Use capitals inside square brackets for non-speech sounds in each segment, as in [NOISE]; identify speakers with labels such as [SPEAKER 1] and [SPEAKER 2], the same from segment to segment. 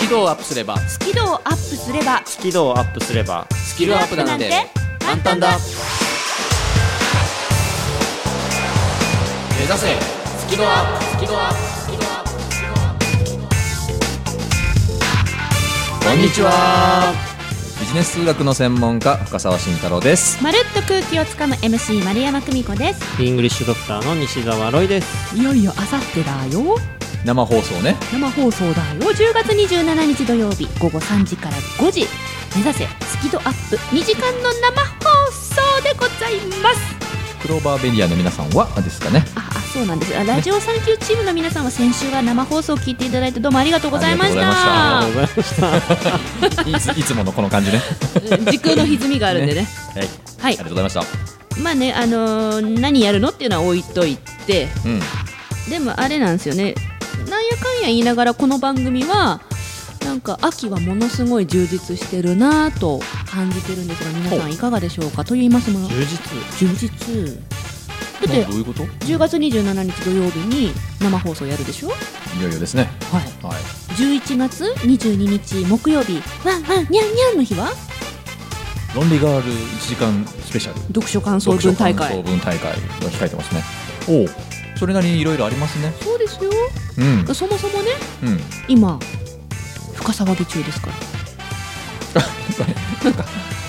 [SPEAKER 1] キ度をアップすれば
[SPEAKER 2] スキルをアップすれば
[SPEAKER 3] スキルをアップすれば
[SPEAKER 1] スキルアップなんて簡単だ目指せスキルアップスキルアップスキルアップスキルアップこんにちは
[SPEAKER 4] ビジネス数学の専門家深澤慎太郎です
[SPEAKER 2] まるっと空気をつかむ MC 丸山久美子です
[SPEAKER 3] イングリッシュドクターの西澤ロイです
[SPEAKER 2] いよいよあさってだよ
[SPEAKER 4] 生放送ね
[SPEAKER 2] 生放送だよ10月27日土曜日午後3時から5時目指せスキドアップ2時間の生放送でございます
[SPEAKER 4] クローバーベリアの皆さんはですかね
[SPEAKER 2] ああそうなんですあラジオサンキューチームの皆さんは先週は生放送を聞いていただいてどうもありがとうございました
[SPEAKER 4] あ
[SPEAKER 3] りがとうございまし
[SPEAKER 4] い
[SPEAKER 3] た
[SPEAKER 1] [LAUGHS]
[SPEAKER 4] ついつものこの感じね
[SPEAKER 2] うん時空の歪みがあるんでね
[SPEAKER 4] はいあり
[SPEAKER 2] [LAUGHS]
[SPEAKER 4] が
[SPEAKER 2] はい
[SPEAKER 4] とうございました
[SPEAKER 2] まあねあのー何やるのっていうのは置いといて
[SPEAKER 4] うん
[SPEAKER 2] でもあれなんですよねなんやかんや言いながらこの番組はなんか秋はものすごい充実してるなぁと感じてるんですが皆さ
[SPEAKER 4] ほ
[SPEAKER 2] んいかがでしょうかと言いますもの
[SPEAKER 3] 充実
[SPEAKER 2] 充実だって
[SPEAKER 4] どういうこと
[SPEAKER 2] 10月27日土曜日に生放送やるでしょ
[SPEAKER 4] いよいよですね
[SPEAKER 2] はい
[SPEAKER 4] はい
[SPEAKER 2] 11月22日木曜日ワンワンニャンニャンの日は
[SPEAKER 4] ロンリーガール1時間スペシャル
[SPEAKER 2] 読書感想文大会
[SPEAKER 4] 文大会が控えてますねおおそれなりにいろいろありますね
[SPEAKER 2] そうですよ
[SPEAKER 4] うん
[SPEAKER 2] そもそもね
[SPEAKER 4] うん [LAUGHS]
[SPEAKER 2] 今深騒ぎ中ですから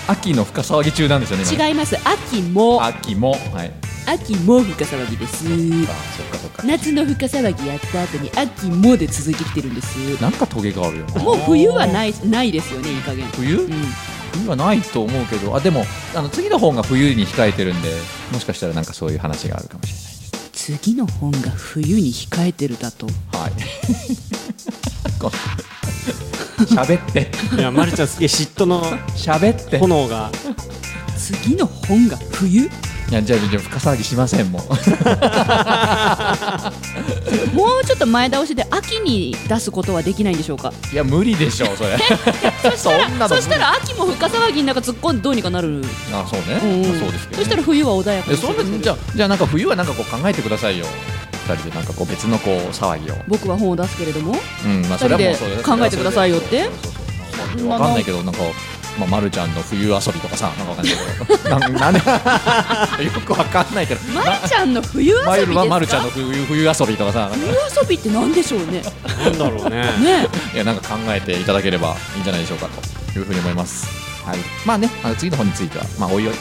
[SPEAKER 4] 秋の深騒ぎ中なんですよね今ね
[SPEAKER 2] 違います秋も
[SPEAKER 4] 秋もはい
[SPEAKER 2] 秋も深騒ぎです
[SPEAKER 4] あそっかそっか
[SPEAKER 2] 夏の深騒ぎやった後に秋もで続いてきてるんです
[SPEAKER 4] なんかトゲがあるよな
[SPEAKER 2] もう冬はいないないですよねいい加減
[SPEAKER 4] 冬
[SPEAKER 2] うん
[SPEAKER 4] 冬はないと思うけどあでもあの次の本が冬に控えてるんでもしかしたらなんかそういう話があるかもし
[SPEAKER 2] 次の本が冬に控えてるだと
[SPEAKER 4] れないはい [LAUGHS] こう喋って
[SPEAKER 3] いやまるちゃんすげえ嫉妬の
[SPEAKER 4] 喋って
[SPEAKER 3] 炎が
[SPEAKER 2] 次の本が冬
[SPEAKER 4] いやじゃあじゃあ深騒ぎしませんもう
[SPEAKER 2] もうちょっと前倒しで秋に出すことはできないんでしょうか
[SPEAKER 4] いや無理でしょそれそんなの無理
[SPEAKER 2] そしたら秋も深騒ぎの中突っ込んでどうにかなる、
[SPEAKER 4] あそうね、
[SPEAKER 2] ん
[SPEAKER 4] まあそうですけど、ね、
[SPEAKER 2] そしたら冬は穏やか
[SPEAKER 4] え
[SPEAKER 2] に
[SPEAKER 4] そうじゃあじゃあなんか冬はなんかこう考えてくださいよ二人でなんかこう別のこう騒ぎを
[SPEAKER 2] 僕は本を出すけれども
[SPEAKER 4] うんまあそれはもうそれ
[SPEAKER 2] 二人で考えてくださいよって
[SPEAKER 4] そうそうそうそうわかんないけどなんかまあまるちゃんの冬遊びとかさなんかわかんないけ
[SPEAKER 2] [LAUGHS]
[SPEAKER 4] どなん [LAUGHS] なんでよくわかんないけど
[SPEAKER 2] まるちゃんの冬遊び
[SPEAKER 4] ま
[SPEAKER 2] で
[SPEAKER 4] ゆ
[SPEAKER 2] す
[SPEAKER 4] る
[SPEAKER 2] か
[SPEAKER 4] はまるちゃんの冬冬遊びとかさなんか
[SPEAKER 2] 冬遊びって何でしょうね
[SPEAKER 3] なんだろうね
[SPEAKER 2] ね
[SPEAKER 4] いやなんか考えていただければいいんじゃないでしょうかというふうに思いますはいまあねあの次の本についてはまあおいおい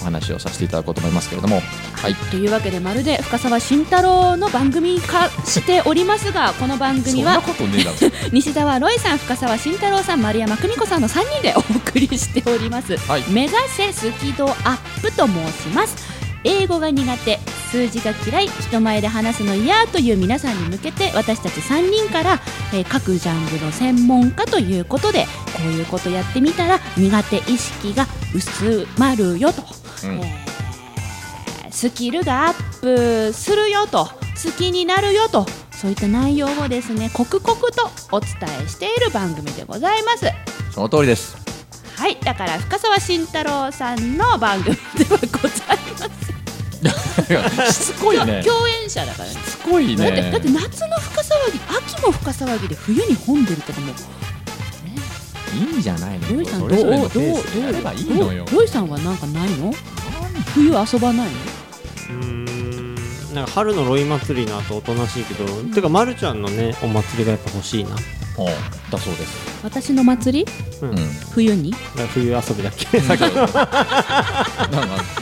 [SPEAKER 4] お話をさせていただこうと思いますけれどもはい
[SPEAKER 2] というわけでまるで深澤慎太郎の番組化しておりますがこの番
[SPEAKER 4] そん
[SPEAKER 2] 組
[SPEAKER 4] な
[SPEAKER 2] は
[SPEAKER 4] ことねえだろ
[SPEAKER 2] 西澤ロイさん深澤慎太郎さん丸山久美子さんの3人でお送りしております、
[SPEAKER 4] はい
[SPEAKER 2] [LAUGHS] 目指せスキドアップと申します英語が苦手数字が嫌い人前で話すの嫌という皆さんに向けて私たち3人から、えー各ジャンルの専門家ということでこういうことやってみたら苦手意識が薄まるよと、
[SPEAKER 4] うん
[SPEAKER 2] えースキルがアップするよと好きになるよとそういった内容をですね刻々とお伝えしている番組でございます。
[SPEAKER 4] その通りです
[SPEAKER 2] はい、だから深澤慎太郎さんの番組ではございます。
[SPEAKER 4] いや [LAUGHS] しつこいね
[SPEAKER 2] 共演者だからね。
[SPEAKER 4] しつこい
[SPEAKER 2] だって
[SPEAKER 4] ね
[SPEAKER 2] だって夏の深騒ぎ、秋も深騒ぎで冬に本出るとかもう。ね
[SPEAKER 4] いいんじゃないの
[SPEAKER 2] ロイさん
[SPEAKER 4] そ
[SPEAKER 2] どう
[SPEAKER 4] れ
[SPEAKER 2] ど
[SPEAKER 4] ぞれの
[SPEAKER 2] う
[SPEAKER 4] ペ
[SPEAKER 2] どう
[SPEAKER 4] ースでやればいいのよ
[SPEAKER 2] ロイロイさんはなんかないの？冬遊ばないの？
[SPEAKER 3] うーんなんか春のロイ祭りの後おとなしいけど、てかまるちゃんのねお祭りがやっぱ欲しいな、
[SPEAKER 4] おだそうです
[SPEAKER 2] 私の祭り？
[SPEAKER 3] うん
[SPEAKER 4] うん
[SPEAKER 3] だか
[SPEAKER 2] 冬に？
[SPEAKER 3] ら冬遊びだっけ
[SPEAKER 4] [LAUGHS] なん [LAUGHS] か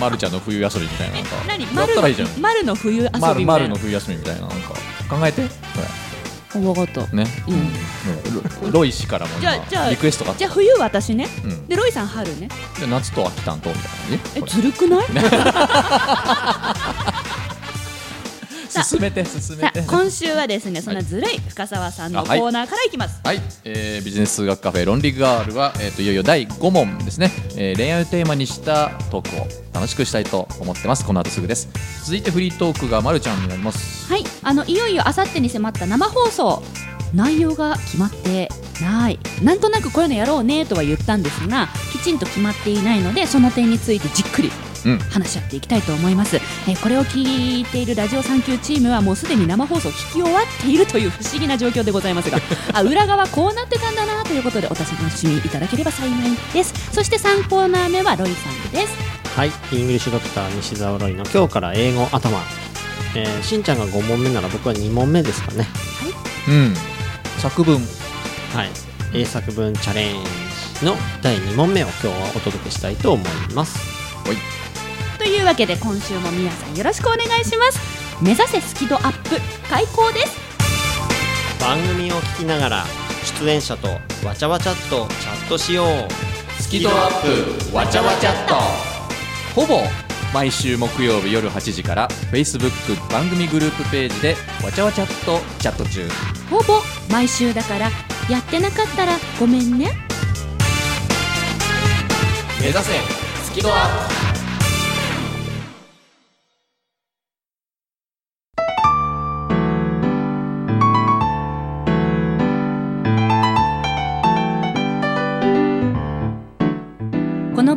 [SPEAKER 4] まるちゃんの冬遊びみたいななんか
[SPEAKER 2] 何？
[SPEAKER 4] やったらいいじゃん
[SPEAKER 2] 丸の冬遊びみた
[SPEAKER 4] まる
[SPEAKER 2] い
[SPEAKER 4] ま
[SPEAKER 2] な。
[SPEAKER 4] るの冬休みみたいななんか考えてこ
[SPEAKER 2] おわかった。
[SPEAKER 4] れね
[SPEAKER 2] うん
[SPEAKER 4] うんロロイ氏からも
[SPEAKER 2] じゃあじゃ
[SPEAKER 4] 今
[SPEAKER 2] あ
[SPEAKER 4] リクエストがあっ
[SPEAKER 2] じ
[SPEAKER 4] た
[SPEAKER 2] ゃあ冬私ね。
[SPEAKER 4] うん
[SPEAKER 2] でロイさん春ね。
[SPEAKER 4] で夏と秋担当みた
[SPEAKER 2] え
[SPEAKER 4] いな感じこ
[SPEAKER 2] ず
[SPEAKER 4] [LAUGHS]
[SPEAKER 2] るくない？
[SPEAKER 4] れ進めて進め
[SPEAKER 2] さ
[SPEAKER 4] て
[SPEAKER 2] あ今週はですねそんなずるい深澤さんの
[SPEAKER 4] あ
[SPEAKER 2] コ
[SPEAKER 4] はい
[SPEAKER 2] ーナーからいきます。
[SPEAKER 4] はい、えービジネス数学カフェロンリーガールは、えー、といよいよ第5問ですね、えー恋愛をテーマにしたトークを楽しくしたいと思ってますこの後すぐです続いてフリートークがまるちゃんになります
[SPEAKER 2] はい、あのいよいよあさってに迫った生放送内容が決まってないなんとなくこういうのやろうねとは言ったんですがきちんと決まっていないのでその点についてじっくり
[SPEAKER 4] うん
[SPEAKER 2] 話し合っていきたいと思います、えーこれを聞いているラジオ産休チームはもうすでに生放送聞き終わっているという不思議な状況でございますがあ裏側こうなってたんだなということでお楽しみいただければ幸いですそして3コーナー目はロイさんです
[SPEAKER 3] はい、イングリッシュドクター西澤ロイの今日から英語頭、えーしんちゃんが5問目なら僕は2問目ですかね
[SPEAKER 4] うん作文
[SPEAKER 3] はい英作文チャレンジの第2問目を今日はお届けしたいと思います
[SPEAKER 2] というわけで今週も皆さんよろしくお願いします目指せスキドアップ開講です
[SPEAKER 3] 番組を聞きながら出演者とわちゃわちゃっとチャットしよう
[SPEAKER 4] スキドアップわちゃわちゃっとほぼ毎週木曜日夜8時から Facebook 番組グループページでわちゃわちゃっとチャット中
[SPEAKER 2] ほぼ毎週だからやってなかったらごめんね
[SPEAKER 4] 目指せスキドアップ
[SPEAKER 2] この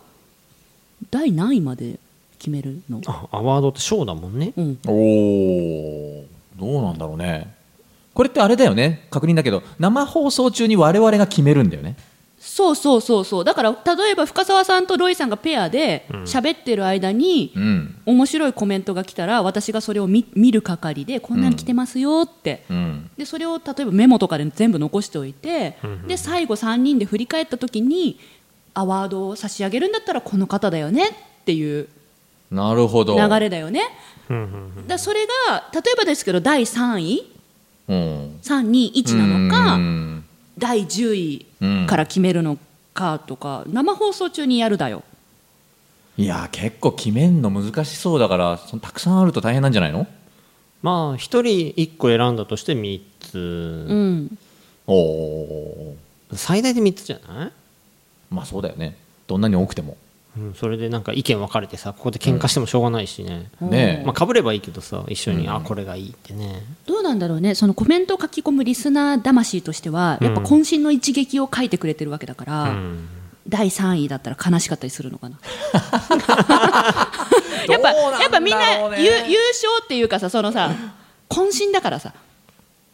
[SPEAKER 2] 第何位まで決めるの
[SPEAKER 3] あアワードって賞だもんね
[SPEAKER 2] うん
[SPEAKER 4] おおどうなんだろうねこれってあれだよね確認だけど生放送中に我々が決めるんだよね
[SPEAKER 2] そうそうそうそうだから例えば深澤さんとロイさんがペアで喋ってる間に、
[SPEAKER 4] うん
[SPEAKER 2] 面白いコメントが来たら私がそれを見見る係でこんなん来てますよって、
[SPEAKER 4] うん
[SPEAKER 2] でそれを例えばメモとかで全部残しておいて、で最後3人で振り返った時にアワードを差し上げるんだったらこの方だよねっていう
[SPEAKER 4] なるほど
[SPEAKER 2] 流れだよね
[SPEAKER 3] うんうん
[SPEAKER 2] だそれが例えばですけど第3位
[SPEAKER 4] うん
[SPEAKER 2] 321なの
[SPEAKER 4] う
[SPEAKER 2] か
[SPEAKER 4] ん
[SPEAKER 2] 第10位
[SPEAKER 4] うん
[SPEAKER 2] から決めるのかとか生放送中にやるだよ
[SPEAKER 4] いやー結構決めんの難しそうだからそのたくさんあると大変なんじゃないの
[SPEAKER 3] まあ一人一個選んだとして三つ、
[SPEAKER 2] うん
[SPEAKER 4] おお
[SPEAKER 3] 最大で三つじゃない、
[SPEAKER 4] まあそうだよねどんなに多くても
[SPEAKER 3] うん、それでなんか意見分かれてさここで喧嘩してもしょうがないしね、
[SPEAKER 4] ねえ
[SPEAKER 3] まあかぶればいいけどさ一緒に、あこれがいいってね
[SPEAKER 2] どうなんだろうねそのコメントを書き込むリスナー魂としてはやっぱ渾身の一撃を書いてくれてるわけだから、
[SPEAKER 3] うん
[SPEAKER 2] 第3位だったら悲しかったりするの
[SPEAKER 4] [LAUGHS]
[SPEAKER 2] かな
[SPEAKER 4] どうな
[SPEAKER 2] やっぱ
[SPEAKER 4] んだろうね
[SPEAKER 2] やっぱみんな優優勝っていうかさそのさ渾身だからさ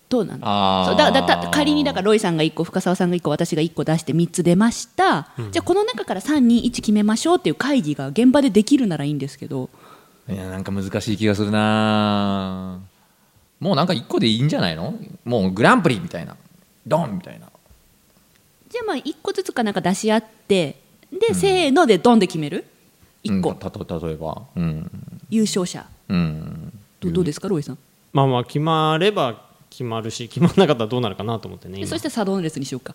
[SPEAKER 2] どうなんだ
[SPEAKER 4] あー
[SPEAKER 2] そうだだだ仮にだからロイさんが1個深澤さんが1個私が1個出して3つ出ました、じゃあこの中から321決めましょうっていう会議が現場でできるならいいんですけど
[SPEAKER 4] いやなんか難しい気がするなもうなんか一個でいいんじゃないのもうグランプリみたいなドンみたいな
[SPEAKER 2] じゃあまあ1個ずつかなんか出し合ってで、せーのでドンで決める1個、
[SPEAKER 4] うんたと例えばうん
[SPEAKER 2] 優勝者
[SPEAKER 4] うん
[SPEAKER 2] どどうですかロイさん、
[SPEAKER 3] まあまあ決まれば決まるし決まらなかったらどうなるかなと思ってね
[SPEAKER 2] で
[SPEAKER 3] 今
[SPEAKER 2] そしてサドンレスにしようか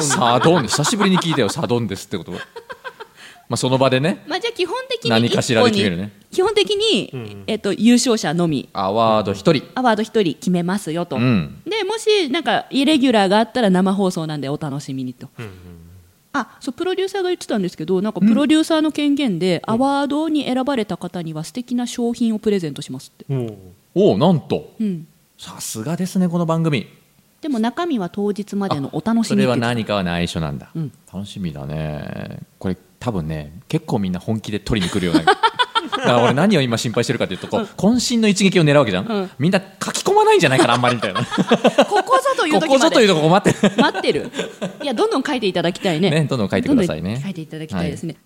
[SPEAKER 4] サドン久しぶりに聞いたよサドンですってことまあその場でね
[SPEAKER 2] まあ、じゃあ基本的に
[SPEAKER 4] 何かしらで決めるね
[SPEAKER 2] 一個に基本的に、えっと優勝者のみ
[SPEAKER 4] アワード一人
[SPEAKER 2] アワード一人決めますよと、
[SPEAKER 4] うん
[SPEAKER 2] でもしなんかイレギュラーがあったら生放送なんでお楽しみにと、あそうプロデューサーが言ってたんですけどなんかプロデューサーの権限で、アワードに選ばれた方には素敵な商品をプレゼントしますって、
[SPEAKER 3] もう
[SPEAKER 4] おおなんと
[SPEAKER 2] うん、
[SPEAKER 4] さすがですねこの番組
[SPEAKER 2] でも中身は当日までのお楽し
[SPEAKER 4] そ
[SPEAKER 2] み
[SPEAKER 4] れ
[SPEAKER 2] って言っ
[SPEAKER 4] は
[SPEAKER 2] てた
[SPEAKER 4] 何かは内緒なんだ、
[SPEAKER 2] うん
[SPEAKER 4] 楽しみだねこれ多分ね結構みんな [LAUGHS] 本気で取りに来るよねだから俺何を今心配してるかというとこう渾身の一撃を狙うわけじゃん、
[SPEAKER 2] うん
[SPEAKER 4] みんな書き込まないんじゃないかなあんまりみたい
[SPEAKER 2] [LAUGHS]
[SPEAKER 4] な
[SPEAKER 2] ここぞという
[SPEAKER 4] こ
[SPEAKER 2] 時まで
[SPEAKER 4] こぞというとこ困ってる
[SPEAKER 2] 待ってるいやどんどん書いていただきたいね
[SPEAKER 4] ねどんどん書いてください
[SPEAKER 2] どんどん書
[SPEAKER 4] ね
[SPEAKER 2] いていただきたいですね、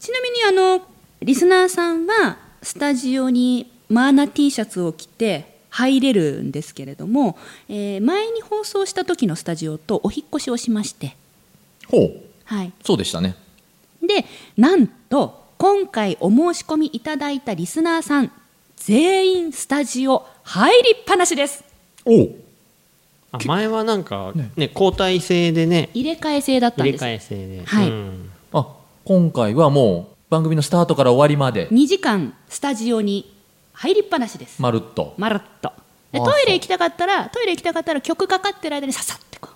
[SPEAKER 2] ちなみにあのリスナーさんはスタジオにマーナ T シャツを着て入れるんですけれども、えー前に放送した時のスタジオとお引っ越しをしまして、
[SPEAKER 4] ほう
[SPEAKER 2] はい、
[SPEAKER 4] そうでしたね
[SPEAKER 2] でなんと今回お申し込みいただいたリスナーさん全員スタジオ入りっぱなしです
[SPEAKER 4] おう
[SPEAKER 3] あ前はなんか、ね交代制でね
[SPEAKER 2] 入れ替え制だったんで
[SPEAKER 3] 入れ
[SPEAKER 2] す
[SPEAKER 3] 替え制で、
[SPEAKER 2] はい
[SPEAKER 3] うん
[SPEAKER 4] あ今回はもう番組のスタートから終わりまで
[SPEAKER 2] 2時間スタジオに入りっぱなしです
[SPEAKER 4] まるっと
[SPEAKER 2] まるっとで
[SPEAKER 4] あ
[SPEAKER 2] トイレ行きたかったらトイレ行きたかったら曲かかってる間にささってこう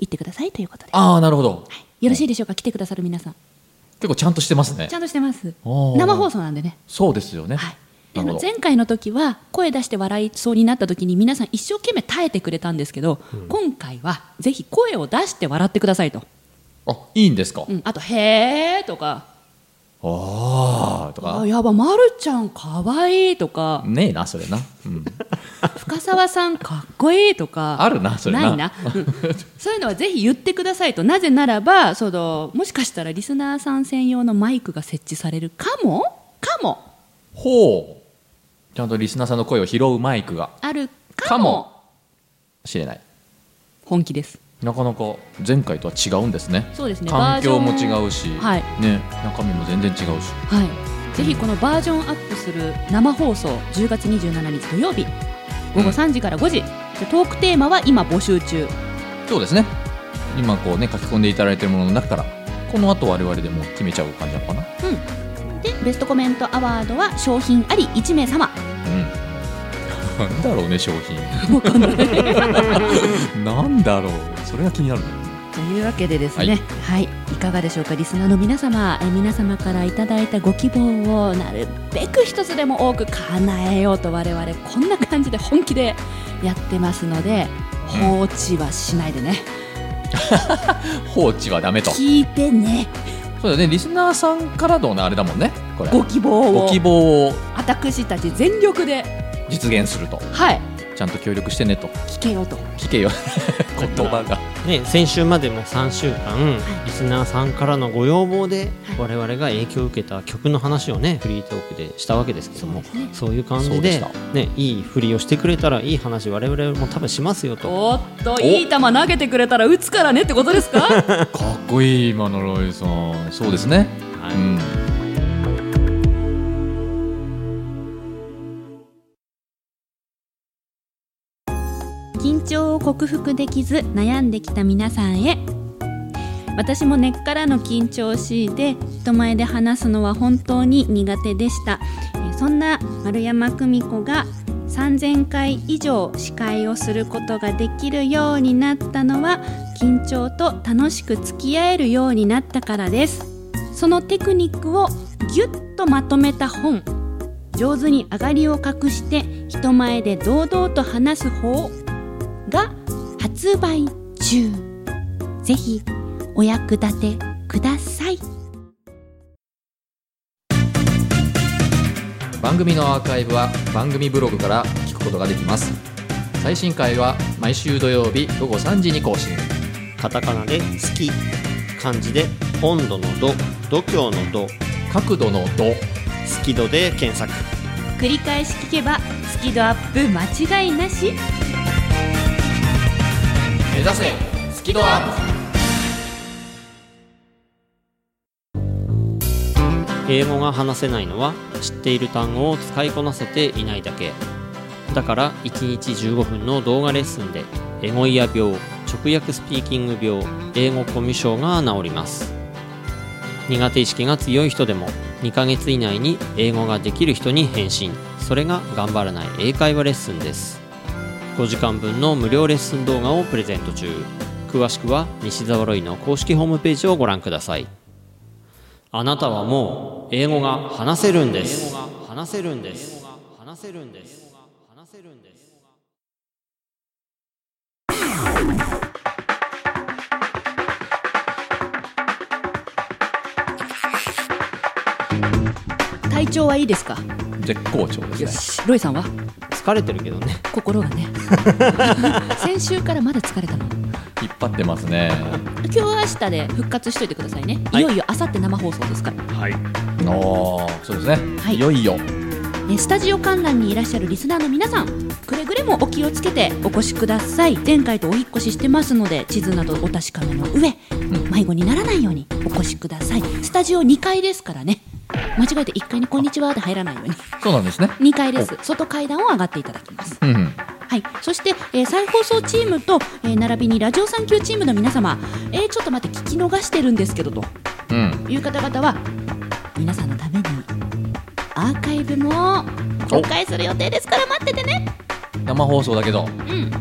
[SPEAKER 2] 行ってくださいということで、は
[SPEAKER 4] ああなるほど
[SPEAKER 2] い、よろしいでしょうか来てくださる皆さん
[SPEAKER 4] 結構ちゃんとしてますね
[SPEAKER 2] ちゃんとしてます
[SPEAKER 4] おー
[SPEAKER 2] 生放送なんでね、
[SPEAKER 4] そうですよね、
[SPEAKER 2] はい、であ
[SPEAKER 4] なるほ
[SPEAKER 2] の
[SPEAKER 4] ど
[SPEAKER 2] 前回の時は声出して笑いそうになった時に皆さん一生懸命耐えてくれたんですけど、今回はぜひ声を出して笑ってくださいと、
[SPEAKER 4] あいいんですか、
[SPEAKER 2] うん、あと「へーとか
[SPEAKER 4] ああと
[SPEAKER 2] 「あ
[SPEAKER 4] か
[SPEAKER 2] やばまるちゃんかわいい」とか
[SPEAKER 4] ねえなそれな、うん、
[SPEAKER 2] 「深澤さんかっこいい」とか
[SPEAKER 4] あるなそれ
[SPEAKER 2] な
[SPEAKER 4] ない
[SPEAKER 2] な、
[SPEAKER 4] [LAUGHS]
[SPEAKER 2] うんそういうのはぜひ言ってくださいとなぜならばそのもしかしたらリスナーさん専用のマイクが設置されるかもかも
[SPEAKER 4] ほうちゃんとリスナーさんの声を拾うマイクが
[SPEAKER 2] ある
[SPEAKER 4] か
[SPEAKER 2] かも
[SPEAKER 4] もしれない
[SPEAKER 2] 本気です
[SPEAKER 4] なかなか前回とは違うんですね
[SPEAKER 2] そうですね
[SPEAKER 4] 環境も
[SPEAKER 2] バージョン
[SPEAKER 4] 違うし、
[SPEAKER 2] はい
[SPEAKER 4] ね、中身も全然違うし
[SPEAKER 2] はい、ぜひこのバージョンアップする生放送10月27日土曜日午後3時から5時、でトークテーマは今募集中
[SPEAKER 4] そうですね今こうね書き込んでいただいてるものの中からこの後我々でもう決めちゃう感じなのかな
[SPEAKER 2] でベストコメントアワードは商品あり1名様
[SPEAKER 4] うんなんだろうね商品 [LAUGHS]
[SPEAKER 2] わかんない
[SPEAKER 4] なんだろうそれが気になるね
[SPEAKER 2] というわけでですねはい、い、かがでしょうかリスナーの皆様え皆様からいただいたご希望をなるべく一つでも多く叶えようと我々こんな感じで本気でやってますので放置はしないでね、
[SPEAKER 4] 放置はダメとそ
[SPEAKER 2] 聞いてね
[SPEAKER 4] うだねリスナーさんからのあれだもんねこれ
[SPEAKER 2] ご希望を
[SPEAKER 4] ご希望を
[SPEAKER 2] 私たち全力で、
[SPEAKER 4] 実現すると
[SPEAKER 2] はい、
[SPEAKER 4] ちゃんと協力してねと
[SPEAKER 2] 聞けよと。
[SPEAKER 4] 聞けよ [LAUGHS] 言葉が
[SPEAKER 3] ね、先週までも3週間リスナーさんからのご要望で我々が影響を受けた曲の話をねフリートークでしたわけですけど
[SPEAKER 2] そう
[SPEAKER 3] も
[SPEAKER 2] ですね
[SPEAKER 3] そういう感
[SPEAKER 4] そ
[SPEAKER 3] じ
[SPEAKER 4] うでし
[SPEAKER 3] で
[SPEAKER 4] た
[SPEAKER 3] ねいいふりをしてくれたらいい話我々も多分しますよと
[SPEAKER 2] おっと、いい球投げてくれたら打つからねってことですか
[SPEAKER 4] かっこいい今のロイさんそうですね、
[SPEAKER 3] はい
[SPEAKER 4] うん
[SPEAKER 2] 克服できず悩んできた皆さんへ私も根っからの緊張しいで人前で話すのは本当に苦手でしたえーそんな丸山久美子が3000回以上司会をすることができるようになったのは緊張と楽しく付き合えるようになったからですそのテクニックをぎゅっとまとめた本上手に上がりを隠して人前で堂々と話す方が発売中ぜひお役立てください
[SPEAKER 4] 番組のアーカイブは番組ブログから聞くことができます最新回は毎週土曜日午後3時に更新
[SPEAKER 3] カタカナで「好き」漢字で「温度の度」「度胸の度」
[SPEAKER 4] 角度の度
[SPEAKER 3] 「好き度」で検索
[SPEAKER 2] 繰り返し聞けばスキドアップ間違いなし
[SPEAKER 1] 目指せスキドアップ
[SPEAKER 3] 英語が話せないのは知っている単語を使いこなせていないだけだから1日15分の動画レッスンでエゴイア病直訳スピーキング病英語コミュ障が治ります苦手意識が強い人でも2ヶ月以内に英語ができる人に返信それが頑張らない英会話レッスンです5時間分の無料レッスン動画をプレゼント中詳しくは西沢ロイの公式ホームページをご覧くださいあなたはもう英語が話せるんです。話せるんです。話せるんです。話せるんです。
[SPEAKER 2] 体調はいいですか
[SPEAKER 4] 絶好調ですね
[SPEAKER 2] ロイさんは
[SPEAKER 3] 疲れてるけどね。
[SPEAKER 2] 心が [LAUGHS] ね先週からまだ疲れたの
[SPEAKER 4] 引っ張ってますね [LAUGHS]
[SPEAKER 2] 今日明日で復活しといてくださいね、、
[SPEAKER 3] はいい
[SPEAKER 2] よいよ明後日生放送ですから
[SPEAKER 3] はい。
[SPEAKER 4] おーそうですね、
[SPEAKER 2] はい
[SPEAKER 4] いよいよ
[SPEAKER 2] えスタジオ観覧にいらっしゃるリスナーの皆さんくれぐれもお気をつけてお越しください前回とお引っ越ししてますので地図などお確かめの上迷子にならないようにお越しくださいスタジオ2階ですからね間違えて1階に「こんにちは」で入らないように
[SPEAKER 4] そうなんですね
[SPEAKER 2] 2階です外階段を上がっていただきます
[SPEAKER 4] うんうん
[SPEAKER 2] はい、そして、えー再放送チームと、えー並びにラジオ産休チームの皆様、えーちょっと待って聞き逃してるんですけどと
[SPEAKER 4] うん
[SPEAKER 2] いう方々は皆さんのためにアーカイブも公開する予定ですから待っててね
[SPEAKER 4] 生放送だけど
[SPEAKER 2] う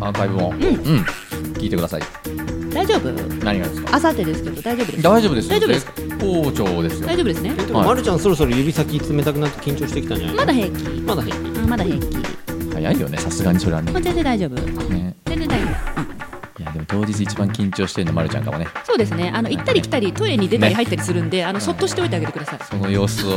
[SPEAKER 4] アーカイブもうんん、聞いてください
[SPEAKER 2] ん大丈夫
[SPEAKER 4] 何がですか
[SPEAKER 2] あさってですけど大丈夫です
[SPEAKER 4] 大丈夫ですよ
[SPEAKER 2] 大丈夫です
[SPEAKER 4] 絶好調ですよ
[SPEAKER 2] 大丈夫ですね
[SPEAKER 3] でも、まるちゃんそろそろ指先冷たくなって緊張してきたんじゃない
[SPEAKER 2] まだ平気
[SPEAKER 3] のまだ平気。
[SPEAKER 2] あまだ平気も
[SPEAKER 4] 早いよねさすがにそれはね
[SPEAKER 2] う全然大丈夫
[SPEAKER 4] ね
[SPEAKER 2] 全然大丈夫
[SPEAKER 4] いやでも当日一番緊張してるのまるちゃんかもね
[SPEAKER 2] そうですねあの行ったり来たりトイレに出たり
[SPEAKER 4] ね
[SPEAKER 2] 入ったりするんで、あのそっとしておいてあげてください
[SPEAKER 4] その様子を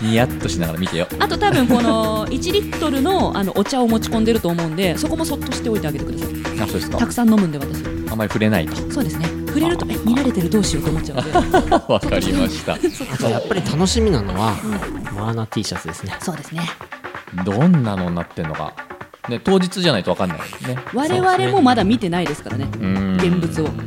[SPEAKER 4] ニヤッとしながら見てよ
[SPEAKER 2] あと多分この1リットルのあのお茶を持ち込んでると思うんでそこもそっとしておいてあげてください
[SPEAKER 4] あそうですか
[SPEAKER 2] たくさん飲むんで私
[SPEAKER 4] あまり触れないと
[SPEAKER 2] そうですね触れるとえ見られてるどうしようと思っちゃうんで
[SPEAKER 4] わかりました
[SPEAKER 3] あとやっぱり楽しみなのは、マーナ T シャツですね。
[SPEAKER 2] [LAUGHS] そうですね
[SPEAKER 4] どんなのになってんのかね当日じゃないとわかんないね
[SPEAKER 2] 我々もまだ見てないですからね
[SPEAKER 4] うん
[SPEAKER 2] 現物を
[SPEAKER 4] 楽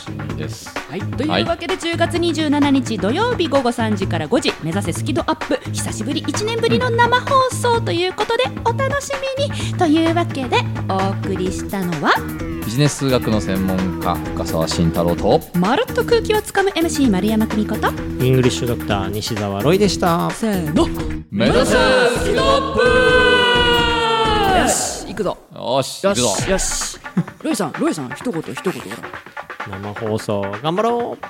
[SPEAKER 4] しみです
[SPEAKER 2] はい、というわけで10月27日土曜日午後3時から5時目指せスキドアップ久しぶり1年ぶりの生放送ということでお楽しみにというわけでお送りしたのは
[SPEAKER 4] ビジネス数学の専門家深澤慎太郎と
[SPEAKER 2] まるっと空気をつかむ MC 丸山久美子と
[SPEAKER 3] イングリッシュドクター西澤ロイでした。
[SPEAKER 2] せーの
[SPEAKER 4] 目指せスキドアッ
[SPEAKER 2] よし行くぞ
[SPEAKER 4] プよし行くぞ
[SPEAKER 2] よしロイさんロイさん一言一言ほら
[SPEAKER 3] 生放送、頑張ろう